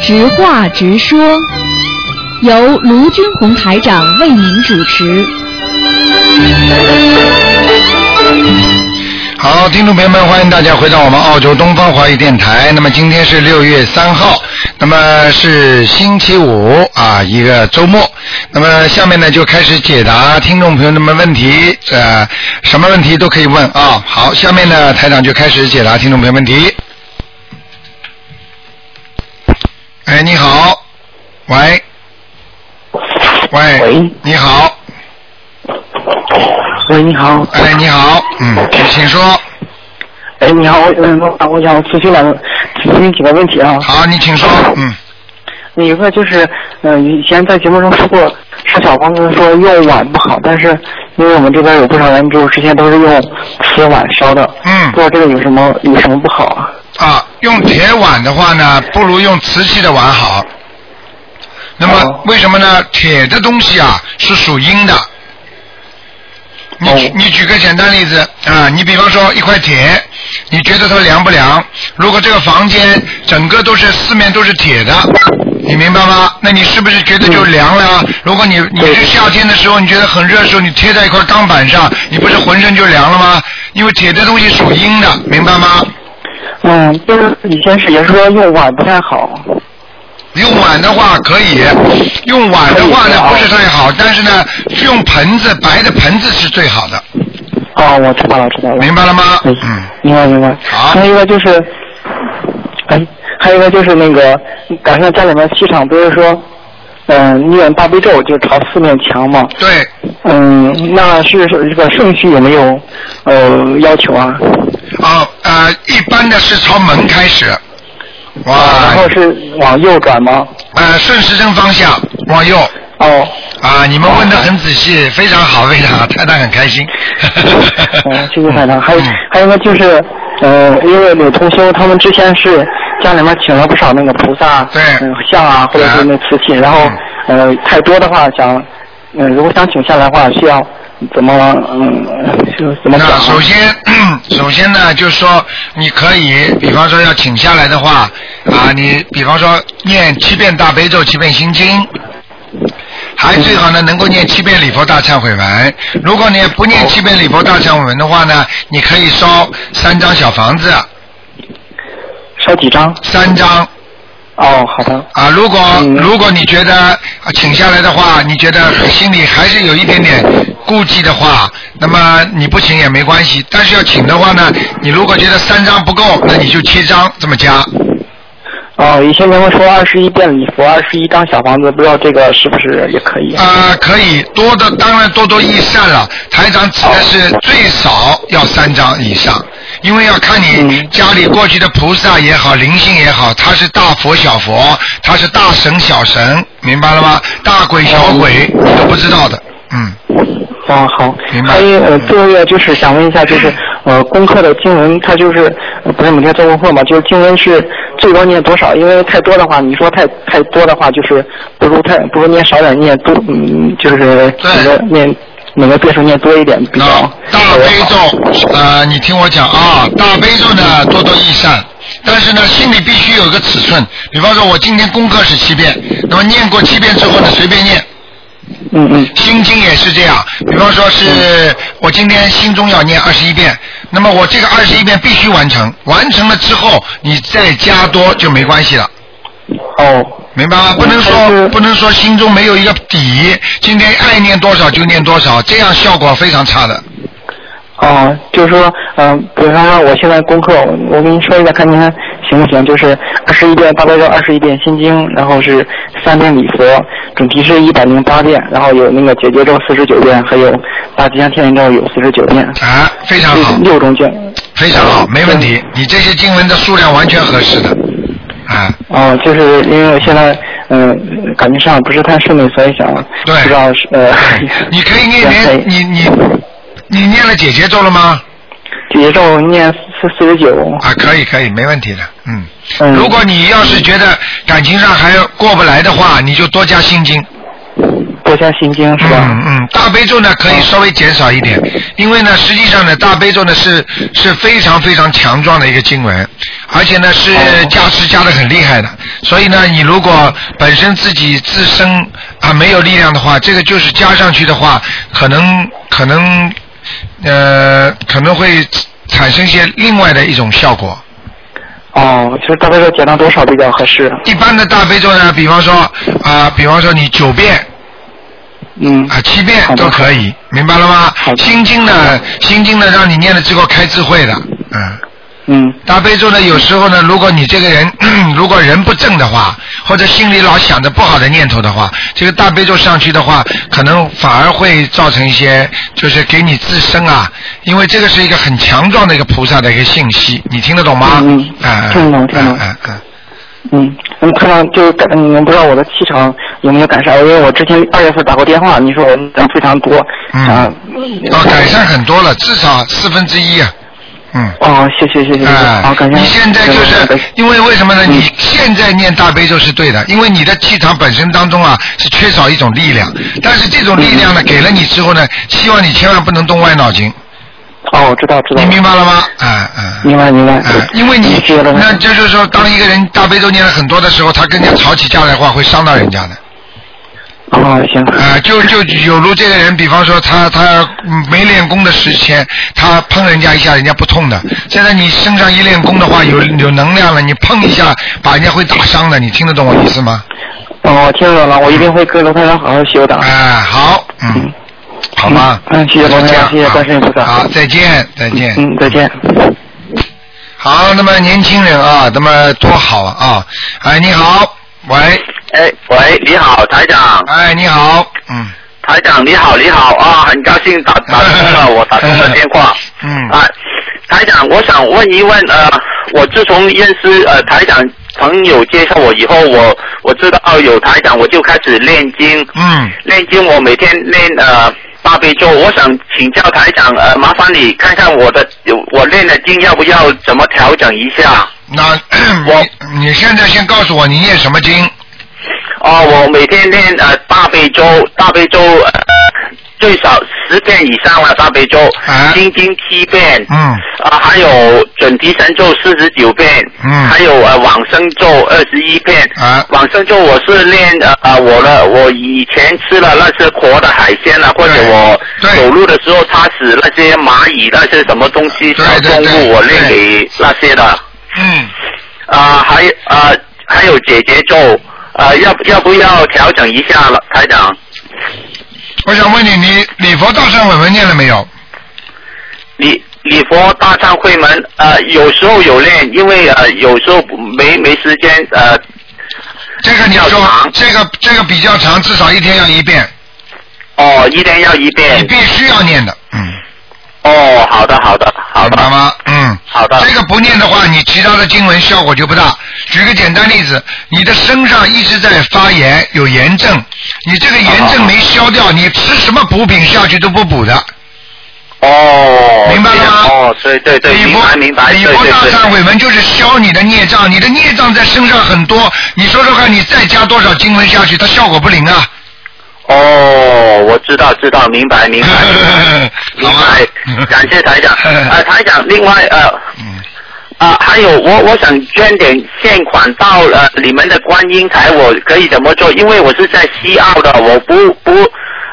直话直说，由卢军红台长为您主持。好，听众朋友们，欢迎大家回到我们澳洲东方华语电台。那么今天是六月三号，那么是星期五啊，一个周末。那么下面呢就开始解答听众朋友们问题，呃，什么问题都可以问啊。好，下面呢台长就开始解答听众朋友问题。哎，你好，喂，喂，喂你好，喂，你好，哎，你好，嗯，请说，哎，你好，我嗯，我想我想咨询两个，咨询几个问题啊。好，你请说，嗯，那一个就是，嗯、以前在节目中说过，吃小房子说用碗不好，但是因为我们这边有不少人就之前都是用瓷碗烧的，嗯不知道这个有什么有什么不好啊？啊，用铁碗的话呢，不如用瓷器的碗好。那么哦为什么呢？铁的东西啊是属阴的。你举哦你举个简单例子啊，你比方说一块铁，你觉得它凉不凉？如果这个房间整个都是四面都是铁的，你明白吗？那你是不是觉得嗯就凉了？如果你你是夏天的时候，你觉得很热的时候，你贴在一块钢板上，你不是浑身就凉了吗？因为铁的东西属阴的，明白吗？嗯，就是以前是也是说用碗不太好，用碗的话可以，用碗的话呢可以啊不是太好，但是呢，用盆子白的盆子是最好的，哦，我知道了，知道了。明白了吗？嗯嗯，，明白明白。好还有一个就是，哎，还有一个就是那个，赶上家里面气场不是说，嗯、念大悲咒就朝四面墙嘛，对，嗯，那是这个顺序有没有呃要求啊？啊呃，一般的是朝门开始，哇哦然，后是往右转吗？呃顺时针方向往右哦，啊，你们问的很仔细，非常好，非常好，太太很开心。 嗯，谢谢台长。还有嗯还有一个就是，呃，因为有同修他们之前是家里面请了不少那个菩萨对嗯嗯像啊，或者是那瓷器，然后呃太多的话想，嗯、如果想请下来的话，需要怎么嗯就怎么讲那啊？首先， 首先呢，就是说你可以，比方说要请下来的话，啊，你比方说念七遍大悲咒，七遍心经。还最好呢，能够念七遍礼佛大忏悔文。如果你不念七遍礼佛大忏悔文的话呢，你可以烧三张小房子，烧几张？三张哦，好的，啊。如果嗯如果你觉得啊请下来的话，你觉得心里还是有一点点顾忌的话，那么你不请也没关系。但是要请的话呢，你如果觉得三张不够，那你就七张这么加。哦，以前咱们说二十一遍礼佛，二十一张小房子，不知道这个是不是也可以？啊、可以多的当然多多益善了。台长指的是最少要三张以上，因为要看你嗯家里过去的菩萨也好，灵性也好，他是大佛小佛，他是大神小神，明白了吗？大鬼小鬼你都不知道的，嗯。哦，好明。白还有呃，嗯最后一个就是想问一 下，就是呃，功课的经文，它就是呃不是每天做功课嘛？就是经文是最多念多少？因为太多的话，你说太太多的话，就是不如太不如念少点，念多嗯，就是每个念每个遍数念多一点比较那大悲好咒，呃，你听我讲啊，大悲咒呢多多益善，但是呢心里必须有一个尺寸。比方说，我今天功课是七遍，那么念过七遍之后呢，随便念。嗯嗯心经也是这样，比方说是我今天心中要念二十一遍，那么我这个二十一遍必须完成，完成了之后你再加多就没关系了。哦明白吗？不能但说是不能说心中没有一个底，今天爱念多少就念多少，这样效果非常差的。哦，就是说嗯、比方说我现在功课，我我跟您说一下，看您看行不行？就是二十一遍大悲咒，二十一遍心经，然后是三遍礼佛，准提是一百零八遍，然后有那个解结咒四十九遍，还有大吉祥天人咒有四十九遍，啊，非常好。六种卷。非常嗯好，没问题。你这些经文的数量完全合适的，啊，哦，就是因为我现在嗯、感情上不是太顺利，所以想对不知道是呃，你可 以念可念你以你你念了姐姐咒了吗？解结咒念四四十九，啊，可以可以，没问题的，嗯。嗯，如果你要是觉得感情上还过不来的话，你就多加心经，多加心经是吧？嗯嗯，大悲咒呢可以稍微减少一点，因为呢，实际上呢，大悲咒呢是是非常非常强壮的一个经文，而且呢是哦加持加的很厉害的，所以呢，你如果本身自己自身啊没有力量的话，这个就是加上去的话，可能可能呃可能会产生一些另外的一种效果。哦，就是大概要减到多少比较合适？一般的大悲咒呢，比方说啊、比方说你九遍嗯，啊，七遍好的都可以，明白了吗？好的心经呢，心经呢，让你念了之后开智慧的，嗯。嗯，大悲咒呢，有时候呢，如果你这个人 如果人不正的话，或者心里老想着不好的念头的话，这个大悲咒上去的话，可能反而会造成一些，就是给你自身啊，因为这个是一个很强壮的一个菩萨的一个信息，你听得懂吗？嗯嗯嗯听得懂听得嗯懂嗯嗯。嗯，嗯，看到就是感，你们不知道我的气场有没有改善？因为我之前二月份打过电话，你说我人非常多，嗯啊，哦，改善很多了，至少四分之一啊。嗯。哦，谢谢谢谢谢谢，哎、好，感谢。你现在就感是谢因为为什么呢？嗯你现在念大悲咒是对的，因为你的气场本身当中啊是缺少一种力量，但是这种力量呢给了你之后呢，希望你千万不能动歪脑筋，哦，我知道知道你，明白了吗？哎、哎。明白明白嗯哎、，因为你觉得那这就是说，当一个人大悲咒念了很多的时候，他跟人家吵起架来的话，会伤到人家的。哦行，啊、就就有如这个人，比方说他他嗯没练功的时前，他碰人家一下，人家不痛的。现在你身上一练功的话，有有能量了，你碰一下，把人家会打伤的。你听得懂我意思吗？哦，我听懂了，我一定会跟罗太长好好修的哎、。好，嗯嗯，好吗？嗯谢就谢观这世音样谢谢啊观世音菩萨好，再见，再见。嗯，再见。好，那么年轻人啊，那么多好啊啊！哎，你好，喂，哎，喂，你好，台长，哎，你好，嗯，台长你好，你好啊，很高兴打打通了我打 通了电话，嗯啊，台长，我想问一问，呃，我自从认识呃台长朋友介绍我以后，我我知道有台长，我就开始念经，嗯，念经我每天念呃大悲咒，我想请教台长，呃，麻烦你看看我的我念的经要不要怎么调整一下？那 我你你现在先告诉我你念什么经？哦，我每天练呃大悲咒，大悲咒、呃、最少十遍以上了，大悲咒，啊心经七遍，啊、嗯还有准提神咒四十九遍，嗯还有呃往生咒二十一遍，啊往生咒我是练呃呃我的我以前吃了那些活的海鲜了，或者对我对走路的时候擦死那些蚂蚁那些什么东西对小对动对物，我练对给那些的。嗯。啊，还啊还有姐姐咒，啊，要要不要调整一下了，台长？我想问你，你礼佛大忏悔文念了没有？礼礼佛大忏悔门，呃，有时候有练，因为呃有时候没没时间，呃，这个你比较说长，这个这个比较长，至少一天要一遍，哦，一天要一你遍。必须要念的，嗯，哦，好的，好的，好明白的，吗？嗯，好的。这个不念的话，你其他的经文效果就不大。举个简单例子，你的身上一直在发炎，有炎症，你这个炎症没消掉，你吃什么补品下去都不补的。哦，明白了吗这样哦，对对对，礼明佛白明白，对礼对佛大对。忏悔文就是消你的孽障，你的孽障在身上很多，你说说看，你再加多少经文下去，它效果不灵啊？哦，我知道知道，明白 明白。好 明吧白，感谢 台长。呃，台长，另外呃，嗯啊，还有我我想捐点现款到呃你们的观音台，我可以怎么做？因为我是在西澳的，我不不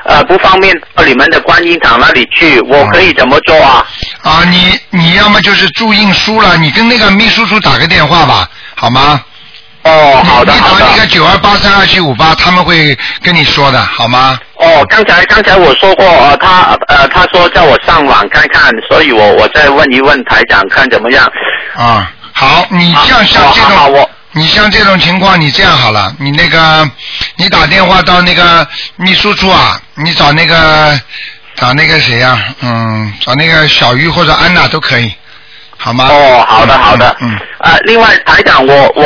呃不方便到你们的观音堂那里去，我可以怎么做啊？啊，你你要么就是注印书了，你跟那个秘书处打个电话吧，好吗？哦，好的你好打那个的。九二八三二七五八，他们会跟你说的，好吗？哦，刚才刚才我说过，呃，他呃他说叫我上网看看，所以我我再问一问台长看怎么样。啊，好，你啊像像这好好好种我，你像这种情况，你这样好了，你那个，你打电话到那个秘书处啊，你找那个，找那个谁呀、嗯，找那个小鱼或者安娜都可以，好吗？哦，好的，嗯好的。嗯。嗯啊，另外台长，我我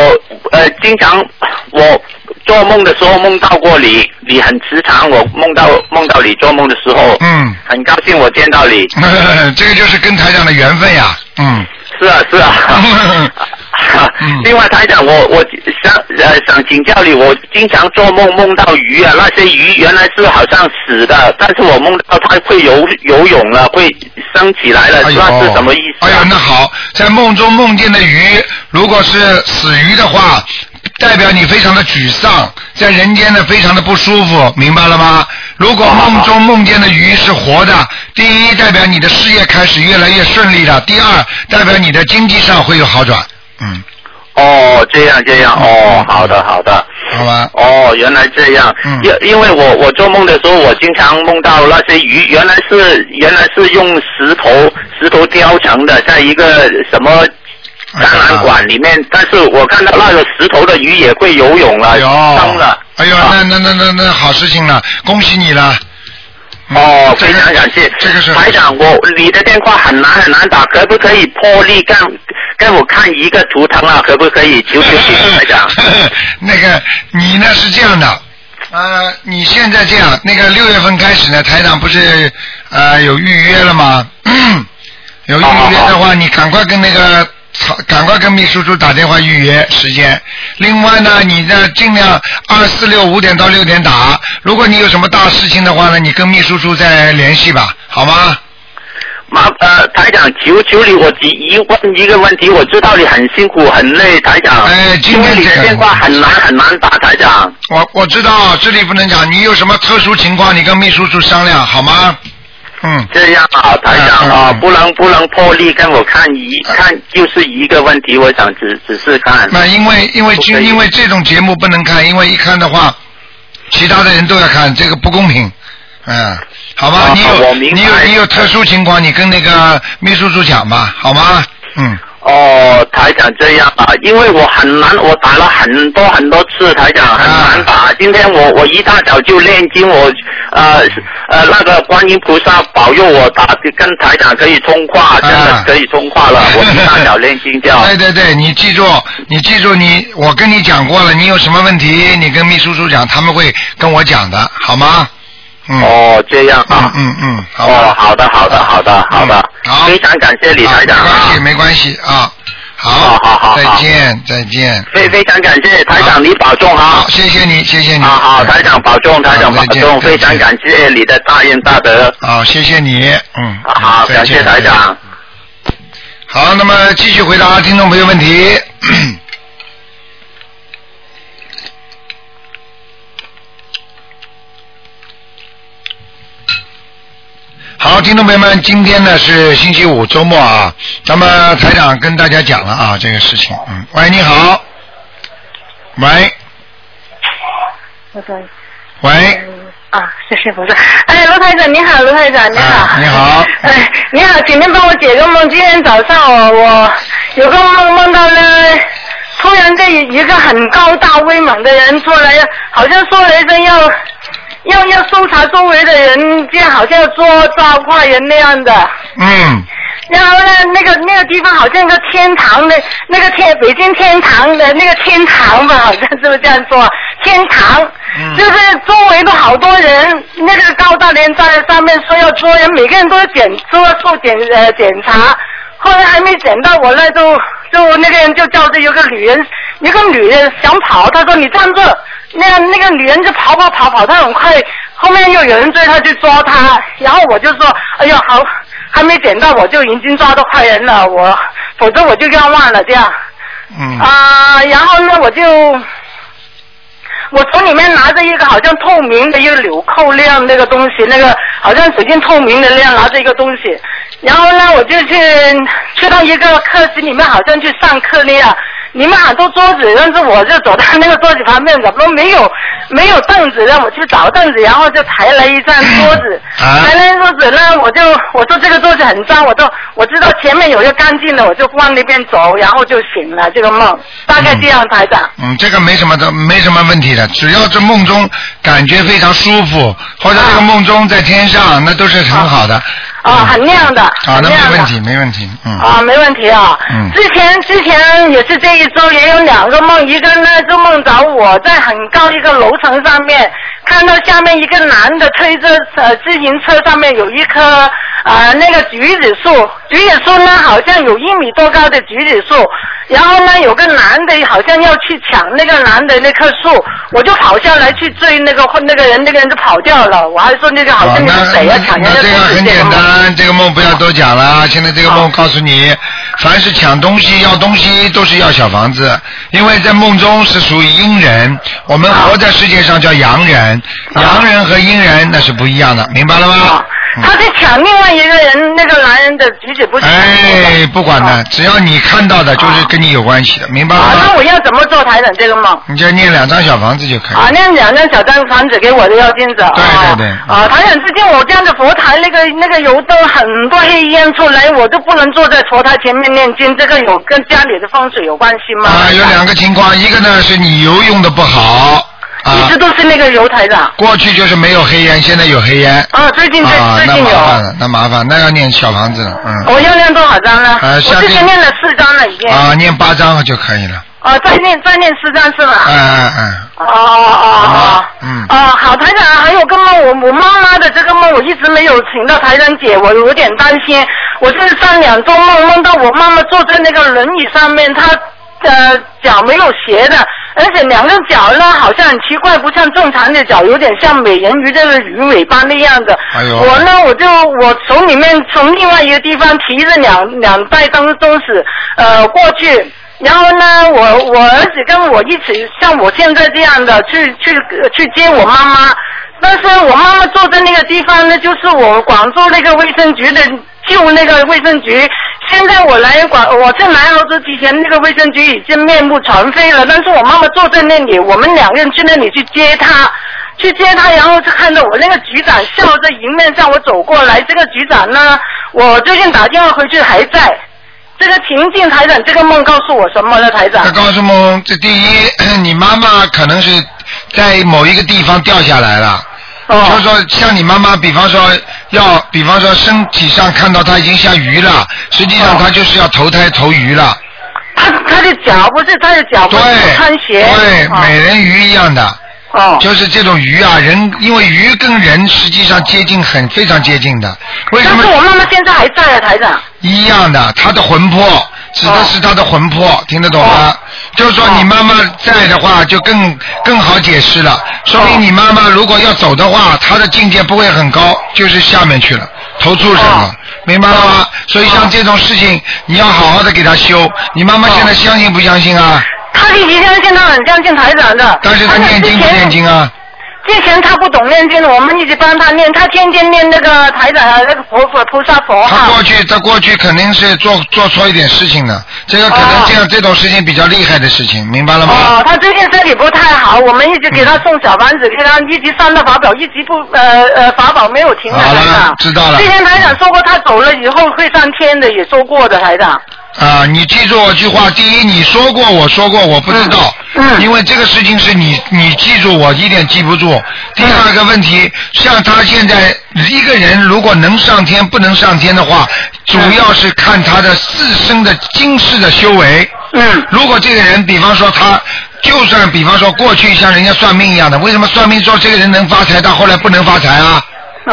呃，经常我做梦的时候梦到过你，你很时常我梦到梦到你做梦的时候，嗯 很高兴我见到你。这个就是跟台长的缘分呀，嗯，是啊，是啊。哈嗯 另外，台长，我我想呃想请教你，我经常做梦梦到鱼啊，那些鱼原来是好像死的，但是我梦到它会游游泳了，会升起来了，哎呦，那是什么意思、哎呦啊？，那好，在梦中梦见的鱼，如果是死鱼的话，代表你非常的沮丧，在人间呢非常的不舒服，明白了吗？如果梦中梦见的鱼是活的，第一代表你的事业开始越来越顺利了，第二代表你的经济上会有好转，嗯，哦，这样这样，哦，好的好的。好吧，哦，原来这样。嗯因因为我我做梦的时候，我经常梦到那些鱼，原来是原来是用石头石头雕成的，在一个什么展览馆里面，但是我看到那个石头的鱼也会游泳了，哎呦生了。，哎呦，啊那那那那那好事情了，恭喜你了。嗯哦，非常感谢。这个是台长，我你的电话很难很难打，可不可以破例跟跟我看一个图腾啊？可不可以？求求 你，台长。那个你呢是这样的，呃，你现在这样，那个六月份开始呢，台长不是呃有预约了吗？ 有预约的话，你赶快跟那个。赶快跟秘书处打电话预约时间。另外呢，你呢尽量二四六五点到六点打。如果你有什么大事情的话呢，你跟秘书处再联系吧，好吗？麻呃，台长，求求你，我只一问一个问题，我知道你很辛苦很累，台长。哎今天因为你这的个电话很难很难打，台长。我我知道这里不能讲，你有什么特殊情况，你跟秘书处商量好吗？嗯，这样啊，台长嗯嗯啊，嗯不能不能破啊例跟我看一嗯看，就是一个问题，我想只只是看。那因为因为不可以因为这种节目不能看，因为一看的话，其他的人都要看，这个不公平。嗯，好吧，啊你我有明白你有你有特殊情况，你跟那个秘书处讲吧，好吗？嗯，哦，台长这样啊，因为我很难，我打了很多很多次，台长很难打。啊今天我我一大早就念经，我呃呃那个观音菩萨保佑我打跟台长可以通啊话，真的可以通话 了。我一大早念经叫。对对对，你记住，你记住你，我跟你讲过了，你有什么问题，你跟秘书处讲，他们会跟我讲的，好吗？嗯，哦，这样嗯啊。嗯嗯，好吧哦，。好的，好的，好的，好的，嗯好非常感谢李台长啊啊，没关系，没关系啊。好好好好再好见，再见。非非常感谢台好长，你保重啊好，。谢谢你，谢谢你。嗯好好，台长保重，台长好保再见重，再非见常感谢你的大恩大德。好，谢谢你，嗯。啊好，再感谢见台。长。好，那么继续回答听众朋友问 题。好，听众朋友们，今天呢是星期五周末啊，那么台长跟大家讲了啊这个事情。嗯，喂，你好，喂，我等喂，啊，是是不是？哎，罗台长你好，罗台长你好、啊你好哎，你好，请您帮我解个梦。今天早上我我有个梦，梦到呢，突然这一个很高大威猛的人出来，好像说了一声要要要搜查周围的人，这样好像要捉抓坏人那样的。嗯，然后呢，那个那个地方好像一个天堂的，那个天北京天堂的那个天堂吧，好像是不是这样说？天堂，嗯就是周围都好多人，那个高大连站在上面说要捉人，每个人都检都要做检呃检查，后来还没检到我那就就那个人就叫着有个女人，有个女人想跑，他说你站住，那个那个女人就跑跑跑跑，她很快，后面又有人追她去抓她，然后我就说，哎呦好，还没捡到我就已经抓到坏人了，我否则我就冤枉了这样。嗯，啊、然后呢，我就我从里面拿着一个好像透明的一个纽扣那样那个东西，那个好像水晶透明的那样拿着一个东西，然后呢，我就去去到一个课室里面，好像去上课那样。里面很多桌子，但是我就走到那个桌子旁边，怎么没有 没有凳子，让我去找凳子，然后就抬了一张桌子，啊抬了那桌子呢，我就我说这个桌子很脏，我都我知道前面有一个干净的，我就往那边走，然后就醒了这个梦，大概这样，台长。嗯，这个没什么的，没什么问题的，只要这梦中感觉非常舒服，或者这个梦中在天上，那都是很好的。啊，很亮的，啊，很那亮没的问题，没问题，嗯。啊，没问题啊。嗯之前之前也是这一周也有两个梦，一个呢就梦着我在很高一个楼层上面，看到下面一个男的推着呃自行车，上面有一棵呃那个橘子树，橘子树呢好像有一米多高的橘子树，然后呢有个男的好像要去抢那个男的那棵树，我就跑下来去追那个那个人，那个人就跑掉了，我还说那个好像那是谁啊啊抢人那家这个东西啊很这简样吗单，这个梦不要多讲了。现在这个好梦告诉你，凡是抢东西、要东西，都是要小房子，因为在梦中是属于阴人，我们啊活在世界上叫阳人，阳人和阴人那是不一样的，明白了吗啊？他嗯去抢另外一个人那个男人的橘子，不是哎，不管的，只要你看到的，就是跟你有关系的，明白了啊，那吗？我要怎么做台长这个梦？你就念两张小房子就可以啊了。，那两张小张房子给我的要金子啊。哎对对对啊，台长，最近我看着佛台那个那个油灯很多黑烟出来，我都不能坐在佛台前面念经，这个有跟家里的风水有关系吗？啊，有两个情况，一个呢是你油用的不好一啊直，都是那个油台长。过去就是没有黑烟，现在有黑烟。啊，最近最、啊，最那近麻有。烦了，那麻烦，那要念小房子了，嗯。我要念多少张呢？呃我下之面前念了四张了，已经。啊，念八章就可以了。啊，再念再念四张是吧？哎哎哎，哦哦哦，嗯哦，啊好，台长，还有个梦，我我妈妈的这个梦，我一直没有请到台长姐，我有点担心。我是上两周梦梦到我妈妈坐在那个轮椅上面，她呃脚没有鞋的，而且两个脚呢好像很奇怪，不像正常的脚，有点像美人鱼这个鱼尾巴那样的。哎呦我呢我就我从里面从另外一个地方提着两两袋东东西呃过去。然后呢，我我儿子跟我一起像我现在这样的去去呃去接我妈妈，但是我妈妈坐在那个地方呢，就是我广州那个卫生局的旧那个卫生局。现在我来广，我在来澳洲之前，那个卫生局已经面目全非了。但是我妈妈坐在那里，我们两个人去那里去接她，去接她，然后就看到我那个局长笑着迎面向我走过来。这个局长呢，我最近打电话回去还在。这个情境台长，这个梦告诉我什么呢？台长那，告诉梦，这第一， 你妈妈可能是在某一个地方掉下来了。就是哦，说，像你妈妈，比方说要，比方说身体上看到她已经像鱼了，实际上哦她就是要投胎投鱼了。他他的脚不是他的脚，不对是哦穿，鞋，对，哦美人鱼一样的。哦，就是这种鱼啊，人因为鱼跟人实际上接近很非常接近的，为什但么是我妈妈现在还在啊，台长。一样的？它的魂魄指的是它的魂魄，听得懂吗？哦就是说你妈妈在的话，就更更好解释了，说明你妈妈如果要走的话，她的境界不会很高，就是下面去了。投畜生了哦，明白了吗？所以像这种事情，你要好好的给她修。你妈哦妈现在相信不相信啊？他一直相信他很相信台长的，但是她台长念经之不前念经啊？之前他不懂念经，我们一直帮他念，他天天念那个台长的那个佛佛菩萨佛他过号。去，他过去肯定是做做错一点事情的，这个可能这样、这种事情比较厉害的事情，明白了吗？哦，他最近身体不太好，我们一直给他送小房子，给他一直上到法宝，一直不呃呃法宝没有停的好了台长。知道了之前台长说过，他走了以后会上天的，也说过的台长。啊、你记住我句话，第一，你说过，我说过，我不知道，嗯嗯因为这个事情是你你记住我，一点记不住。第嗯二个问题，像他现在一个人如果能上天不能上天的话，主嗯要是看他的自身的今世的修为。嗯如果这个人，比方说他，就算比方说过去像人家算命一样的，为什么算命说这个人能发财，到后来不能发财啊？哦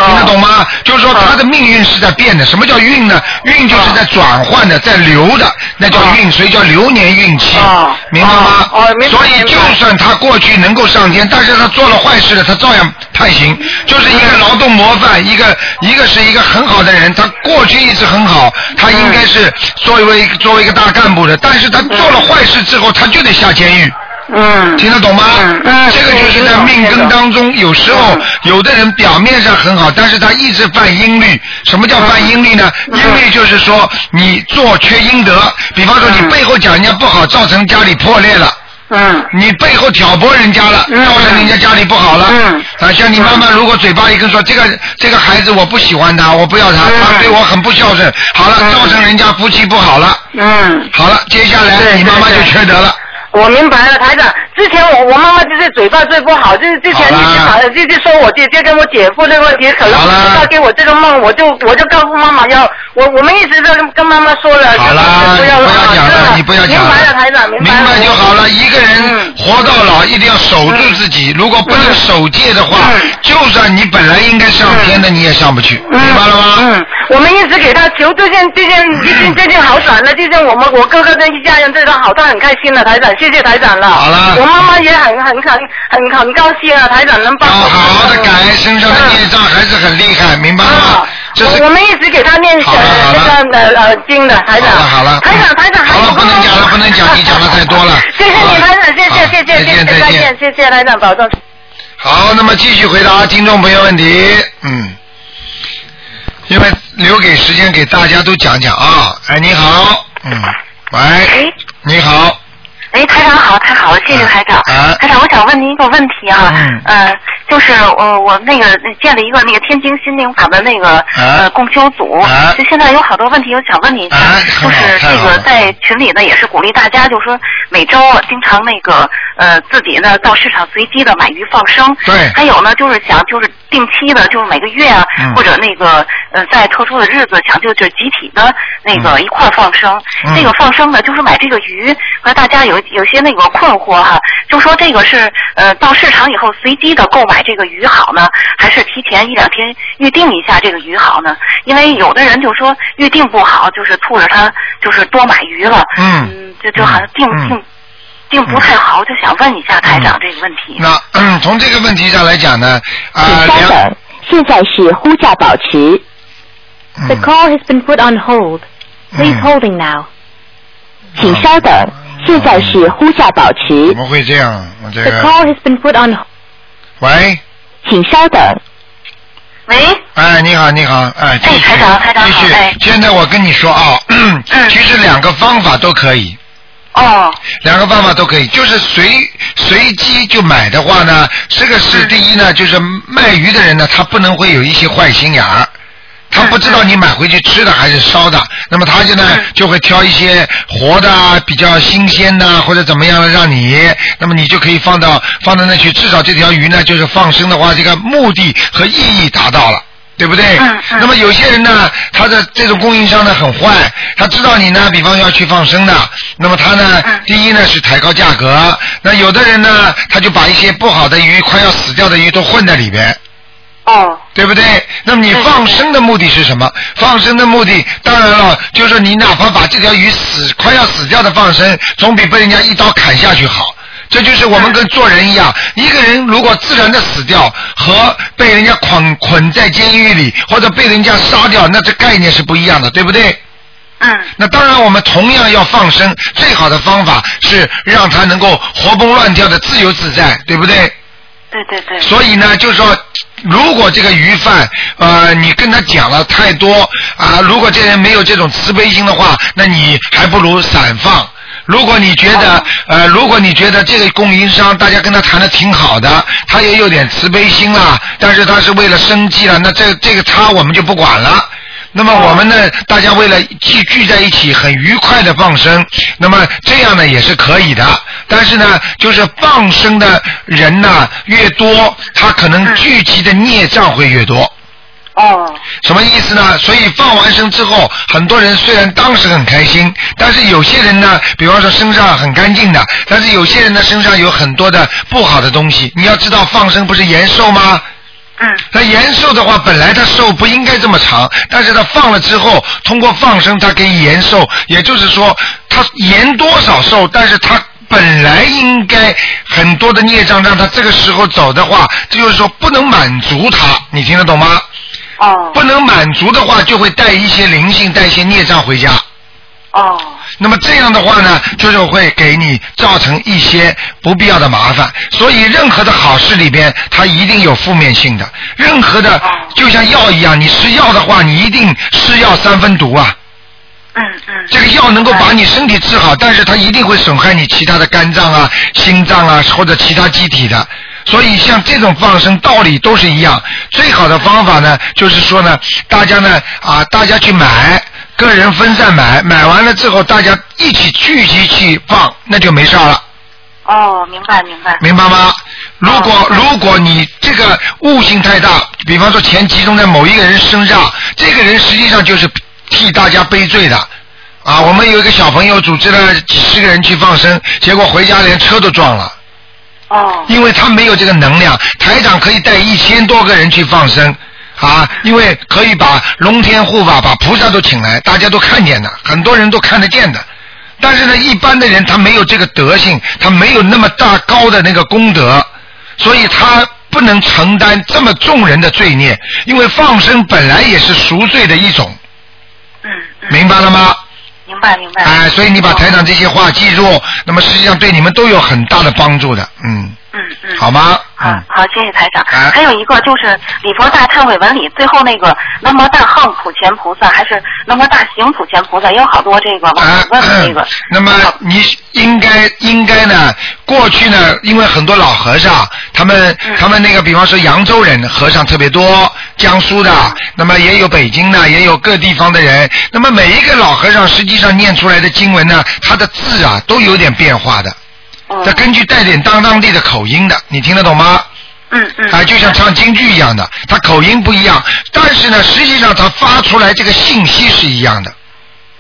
听得懂吗？就是说他的命运是在变的。什么叫运呢？运哦就是在转换的，在流的，那叫运，所以叫流年运气哦，明白吗哦哦？明白所以就算他过去能够上天，但是他做了坏事了，他照样判刑，就是一个劳动模嗯范，一个一个是一个很好的人，他过去一直很好，他应嗯该是作为作为一个大干部的，但是他做了坏事之后，他就得下监狱。嗯听得懂吗？嗯嗯这个就是在命根当中，有时候有的人表面上很好，但是他一直犯阴律。什么叫犯阴律呢？嗯阴律就是说你做缺阴德，比方说你背后讲人家不好，造成家里破裂了。嗯你背后挑拨人家了，嗯造成人家家里不好了。嗯啊，像你妈妈如果嘴巴一跟说这个这个孩子我不喜欢他，我不要他，嗯他对我很不孝顺，好了，造成人家夫妻不好了。嗯。好了，接下来对你妈妈就对对缺德了。我明白了，台长。之前我我妈妈就是嘴巴最不好，就是之前一直好吵，就是说我姐姐跟我姐夫那个问题，可能好了不知道给我这个梦，我就我就告诉妈妈要，我我们一直在跟妈妈说了，好就是啦，不要你不要讲了，了，你不要讲明白了，台长，明白了，就好了。一个人嗯嗯活到老一定要守住自己，如果不能守戒的话，就算你本来应该上天的，你也上不去，明白了吗？嗯，我们一直给他求，最近最 近最近最近好转了，最近我们我哥哥跟一家人对他好，他很开心了，台长，谢谢台长了。好了我妈妈也很很很很很高兴啊，台长能要帮我。好好的改身上的孽障，还是很厉害，明白吗啊？这是我我们一直给他念好了好呃了那个呃呃经的台长。好了好了台长台长，好了还有不能讲了不能讲你讲 的太多了谢谢你好了台长，谢好谢谢谢再见谢谢再再见见，谢谢台长保重。好，那么继续回答听众朋友问题。嗯，因为留给时间给大家都讲讲啊。哎，你好，嗯，喂，你好，哎，台长好，太好了，谢谢台长。啊台长，我想问您一个问题啊，嗯呃，就是我我那个建了一个那个天津心灵法门那个、呃共修组，啊就现在有好多问题，我想问你一下，啊就很好是太这好了个在群里呢也是鼓励大家，就说每周啊经常那个呃自己呢到市场随机的买鱼放生，对还有呢就是想就是定期的，就是每个月啊、嗯或者那个呃在特殊的日子想就就集体的那个嗯一块儿放生，嗯这个放生呢，就是买这个鱼，和大家有有些那个困惑哈、就说这个是呃到市场以后随机的购买这个鱼好呢，还是提前一两天预定一下这个鱼好呢？因为有的人就说预定不好，就是促着他就是多买鱼了，嗯就就好像定嗯定定不太好，就想问一下台长这个问题。那、嗯、从这个问题上来讲呢，啊、请稍两等，现在是呼叫保持。嗯 call has been put on hold. Please holding now. 请稍等，现在是呼叫保持嗯怎。么会这样？我这 The 个 call has been put on. 喂，请稍等，喂，哎，你好，你好，哎，继哎续台长台长继续好哎。现在我跟你说啊、嗯其实两个方法都可以。哦，两个办法都可以，就是随随机就买的话呢，这个是第一呢，就是卖鱼的人呢，他不能会有一些坏心眼儿。他不知道你买回去吃的还是烧的，那么他就呢就会挑一些活的啊、比较新鲜的啊或者怎么样的让你，那么你就可以放到放到那去，至少这条鱼呢就是放生的话，这个目的和意义达到了。对不对？嗯嗯那么有些人呢，他的这种供应商呢很坏，他知道你呢，比方要去放生的，那么他呢，嗯第一呢是抬高价格，那有的人呢，他就把一些不好的鱼、快要死掉的鱼都混在里边。哦，对不对？那么你放生的目的是什么？放生的目的，当然了，就是说你哪怕把这条鱼死快要死掉的放生，总比被人家一刀砍下去好。这就是我们跟做人一样，一个人如果自然的死掉和被人家捆捆在监狱里，或者被人家杀掉，那这概念是不一样的，对不对？嗯那当然，我们同样要放生，最好的方法是让他能够活蹦乱跳的自由自在，对不对？对对哎对，所以呢，就是说，如果这个鱼贩，呃，你跟他讲了太多啊、如果这人没有这种慈悲心的话，那你还不如散放。如果你觉得，呃，如果你觉得这个供应商大家跟他谈的挺好的，他也有点慈悲心啦，但是他是为了生计了，那这这个差我们就不管了。那么我们呢，大家为了聚聚在一起，很愉快的放生，那么这样呢也是可以的。但是呢，就是放生的人呢越多，他可能聚集的孽障会越多。哦，什么意思呢？所以放完生之后，很多人虽然当时很开心，但是有些人呢，比方说身上很干净的，但是有些人呢身上有很多的不好的东西。你要知道，放生不是延寿吗？嗯那延寿的话，本来它寿不应该这么长，但是它放了之后，通过放生它可以延寿，也就是说，它延多少寿，但是它本来应该很多的孽障让它这个时候走的话，这就是说不能满足它，你听得懂吗？哦不能满足的话，就会带一些灵性，带一些孽障回家。哦那么这样的话呢，就是会给你造成一些不必要的麻烦。所以任何的好事里边，它一定有负面性的。任何的就像药一样，你吃药的话，你一定是药三分毒啊。嗯嗯这个药能够把你身体治好，但是它一定会损害你其他的肝脏啊、心脏啊或者其他机体的。所以像这种放生道理都是一样，最好的方法呢，就是说呢，大家呢啊，大家去买，个人分散买，买完了之后大家一起聚集去放，那就没事儿了。哦，明白明白，明白吗？如果如果你这个悟性太大，比方说钱集中在某一个人身上，这个人实际上就是替大家背罪的。啊，我们有一个小朋友组织了几十个人去放生，结果回家连车都撞了，哦，因为他没有这个能量。台长可以带一千多个人去放生啊，因为可以把龙天护法、把菩萨都请来，大家都看见的，很多人都看得见的。但是呢，一般的人他没有这个德性，他没有那么大高的那个功德，所以他不能承担这么重人的罪孽，因为放生本来也是赎罪的一种，嗯嗯，明白了吗？明白明白。哎，所以你把台长这些话记住，那么实际上对你们都有很大的帮助的，嗯，嗯嗯，好吗？好嗯，好，谢谢台长。哎还有一个就是礼佛大忏悔文里最后那个南无大横普贤菩萨，还是南无大行普贤菩萨，也有好多这个网友问 的这个。啊嗯那么你应该应该呢，过去呢，因为很多老和尚，他们嗯他们那个，比方说扬州人和尚特别多，江苏的，嗯那么也有北京的，也有各地方的人。那么每一个老和尚，实际上念出来的经文呢，他的字啊都有点变化的，嗯他根据带点当当地的口音的，你听得懂吗？嗯嗯。啊，就像唱京剧一样的，他口音不一样，但是呢，实际上他发出来这个信息是一样的。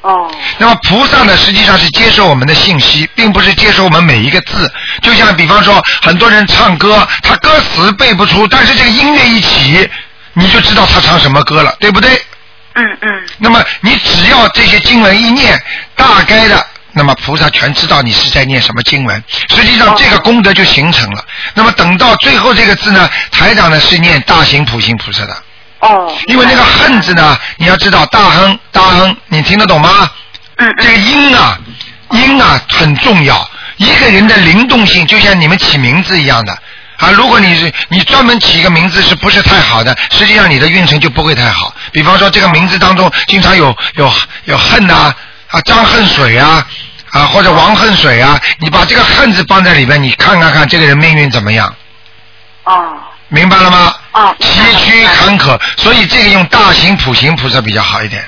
哦那么菩萨呢，实际上是接受我们的信息，并不是接受我们每一个字。就像比方说，很多人唱歌，他歌词背不出，但是这个音乐一起，你就知道他唱什么歌了，对不对？嗯嗯那么你只要这些经文一念，大概的，那么菩萨全知道你是在念什么经文。实际上这个功德就形成了。那么等到最后这个字呢，台长呢是念大行普行菩萨的，哦。因为那个恨字呢，你要知道大亨大亨，你听得懂吗？嗯这嗯个音啊，音啊很重要。一个人的灵动性，就像你们起名字一样的啊。如果你是你专门起一个名字是不是太好的，实际上你的运程就不会太好。比方说这个名字当中经常有有有恨呐啊张恨水啊啊或者王恨水啊，你把这个恨字放在里边，你看看看这个人命运怎么样，哦明白了吗？哦。崎岖坎坷，所以这个用大行普行菩萨比较好一点。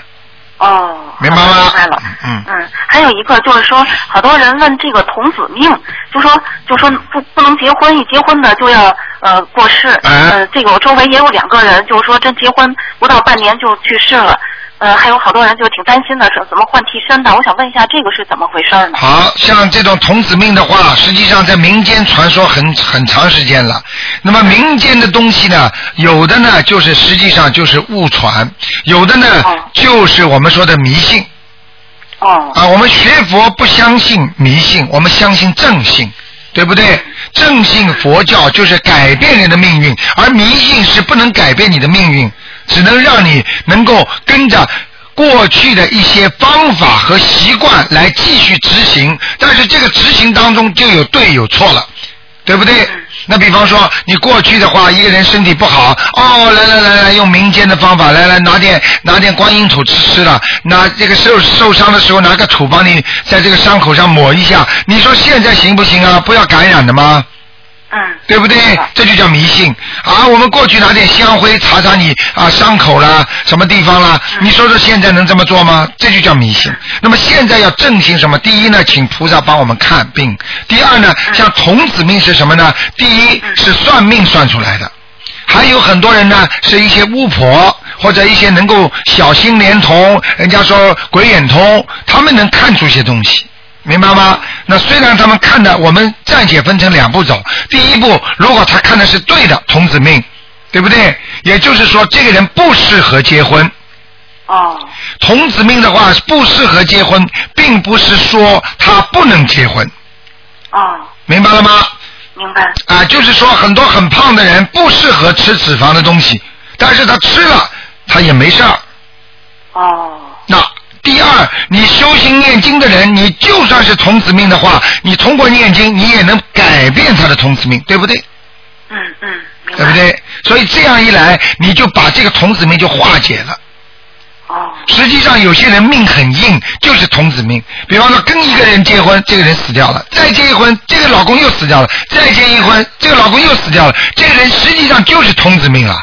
哦，明白吗明白了。嗯嗯，还有一个就是说，好多人问这个童子命，就说就说不不能结婚，一结婚呢就要呃过世。哎呃，这个我周围也有两个人，就是说真结婚不到半年就去世了。呃，还有好多人就挺担心的，说怎么换替身的？我想问一下，这个是怎么回事呢？好像这种童子命的话，实际上在民间传说很很长时间了。那么民间的东西呢，有的呢就是实际上就是误传，有的呢哦就是我们说的迷信哦，啊。我们学佛不相信迷信，我们相信正信，对不对？正信佛教就是改变人的命运，而迷信是不能改变你的命运，只能让你能够跟着。过去的一些方法和习惯来继续执行，但是这个执行当中就有对有错了，对不对？那比方说，你过去的话，一个人身体不好，哦，来来来来，用民间的方法，来来拿点拿点观音土吃吃了，拿这个受受伤的时候拿个土帮你在这个伤口上抹一下，你说现在行不行啊？不要感染的吗？嗯，对不对？这就叫迷信啊！我们过去拿点香灰擦擦你啊伤口啦，什么地方啦？你说说现在能这么做吗？这就叫迷信。那么现在要正行什么？第一呢，请菩萨帮我们看病；第二呢，像童子命是什么呢？第一是算命算出来的。还有很多人呢，是一些巫婆或者一些能够小心连通，人家说鬼眼通，他们能看出一些东西，明白吗？那虽然他们看的，我们暂且分成两步走。第一步，如果他看的是对的，童子命，对不对？也就是说，这个人不适合结婚。哦，童子命的话不适合结婚，并不是说他不能结婚，哦，明白了吗？明白。啊，就是说很多很胖的人不适合吃脂肪的东西，但是他吃了他也没事儿。哦，那第二，你修行念经的人，你就算是童子命的话，你通过念经，你也能改变他的童子命，对不对？嗯嗯，明白。对不？对？所以这样一来，你就把这个童子命就化解了。哦，实际上有些人命很硬，就是童子命。比方说跟一个人结婚，这个人死掉了；再结一婚，这个老公又死掉了；再结一婚，这个老公又死掉了。这个人实际上就是童子命了。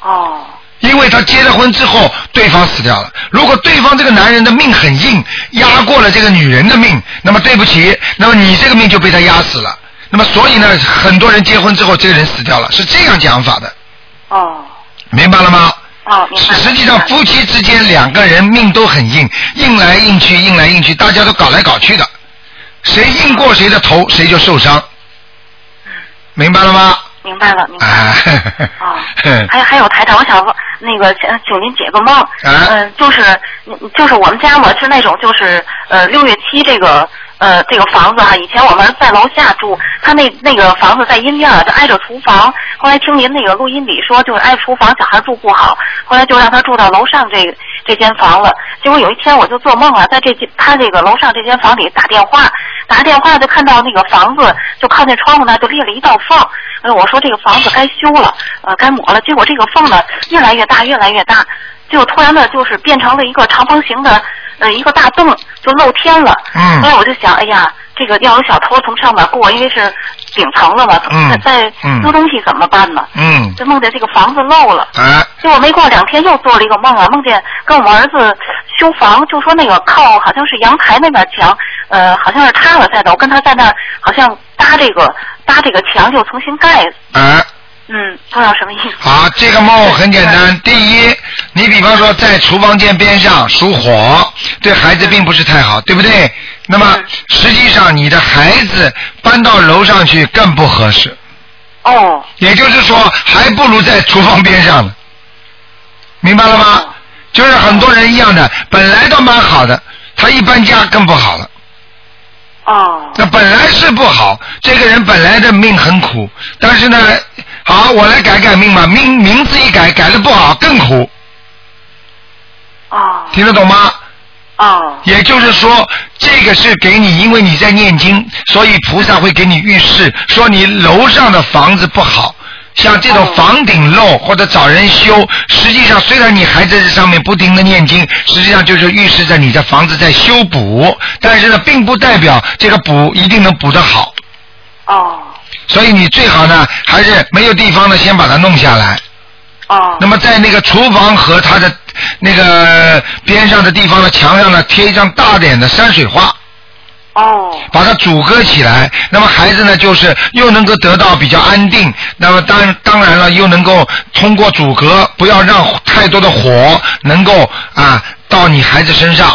哦，因为他结了婚之后，对方死掉了。如果对方这个男人的命很硬，压过了这个女人的命，那么对不起，那么你这个命就被他压死了。那么所以呢，很多人结婚之后，这个人死掉了，是这样讲法的，哦，明白了吗？哦，明实白。实际上，夫妻之间两个人命都很硬，硬来硬去，硬来硬去，大家都搞来搞去的，谁硬过谁的头，谁就受伤，嗯明白了吗？明白了，明白了。啊，，哦 还有还有台长，我想问那个，请请您解个梦。嗯、就是就是我们家我是那种就是呃六月七这个呃这个房子哈、以前我们在楼下住，他那那个房子在阴面儿，就挨着厨房。后来听您那个录音里说，就是挨厨房，小孩住不好，后来就让他住到楼上这这间房了。结果有一天我就做梦啊，在这间他这个楼上这间房里打电话，打电话就看到那个房子，就靠那窗户那儿就裂了一道缝。哎，我说这个房子该修了，呃，该抹了。结果这个缝呢越来越大，越来越大，就突然的就是变成了一个长方形的呃一个大洞，就露天了。嗯后来我就想，哎呀，这个要有小偷从上面过，因为是顶层了嘛，嗯在嗯丢东西怎么办呢？嗯，就梦见这个房子漏了。啊，结果没过两天又做了一个梦啊，梦见跟我儿子修房，就说那个靠好像是阳台那边墙，呃，好像是塌了似的。我跟他在那儿好像搭这个搭这个墙，又重新盖。啊，嗯，不知道什么意思。好，这个梦很简单。第一，你比方说在厨房间边上属火，对孩子并不是太好，对不对？那么嗯实际上你的孩子搬到楼上去更不合适，哦，也就是说还不如在厨房边上呢，明白了吗？就是很多人一样的，本来都蛮好的，他一搬家更不好了。哦，那本来是不好，这个人本来的命很苦，但是呢，好，我来改改命吧，名名字一改，改的不好更苦，哦，听得懂吗？哦，也就是说，这个是给你，因为你在念经，所以菩萨会给你预示，说你楼上的房子不好，像这种房顶漏或者找人修，实际上虽然你还在这上面不停的念经，实际上就是预示着你的房子在修补，但是呢，并不代表这个补一定能补得好。哦，所以你最好呢，还是没有地方呢，先把它弄下来。哦那，么在那个厨房和它的那个边上的地方的墙上呢，贴一张大点的山水画，哦，把它阻隔起来。那么孩子呢，就是又能够得到比较安定，那么当当然了，又能够通过阻隔，不要让太多的火能够啊到你孩子身上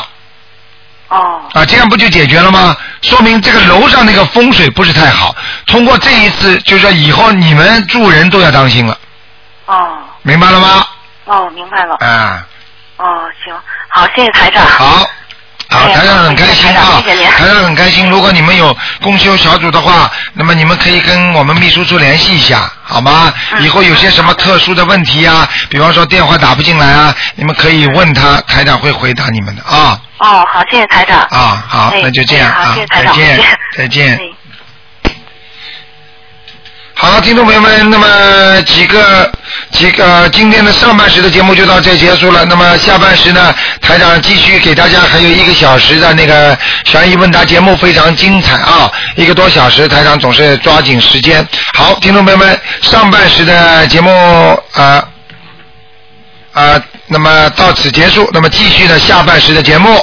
哦，啊，这样不就解决了吗？说明这个楼上那个风水不是太好。通过这一次，就是说以后你们住人都要当心了，哦，明白了吗？哦，明白了。啊。哦，行，好，谢谢台长。好。好，哎呀台长很开心啊！谢谢台长谢谢您台长很开心。如果你们有公修小组的话，那么你们可以跟我们秘书处联系一下，好吗？嗯以后有些什么特殊的问题啊，比方说电话打不进来啊，你们可以问他，台长会回答你们的啊哦，好，谢谢台长。啊！好哎，那就这样哎好啊谢谢，台再长见再见，再见。哎好，听众朋友们，那么几个几个、呃今天的上半时的节目就到这结束了。那么下半时呢，台长继续给大家还有一个小时的那个悬疑问答节目，非常精彩啊，一个多小时，台长总是抓紧时间。好，听众朋友们，上半时的节目啊。呃啊、那么到此结束，那么继续呢下半时的节目。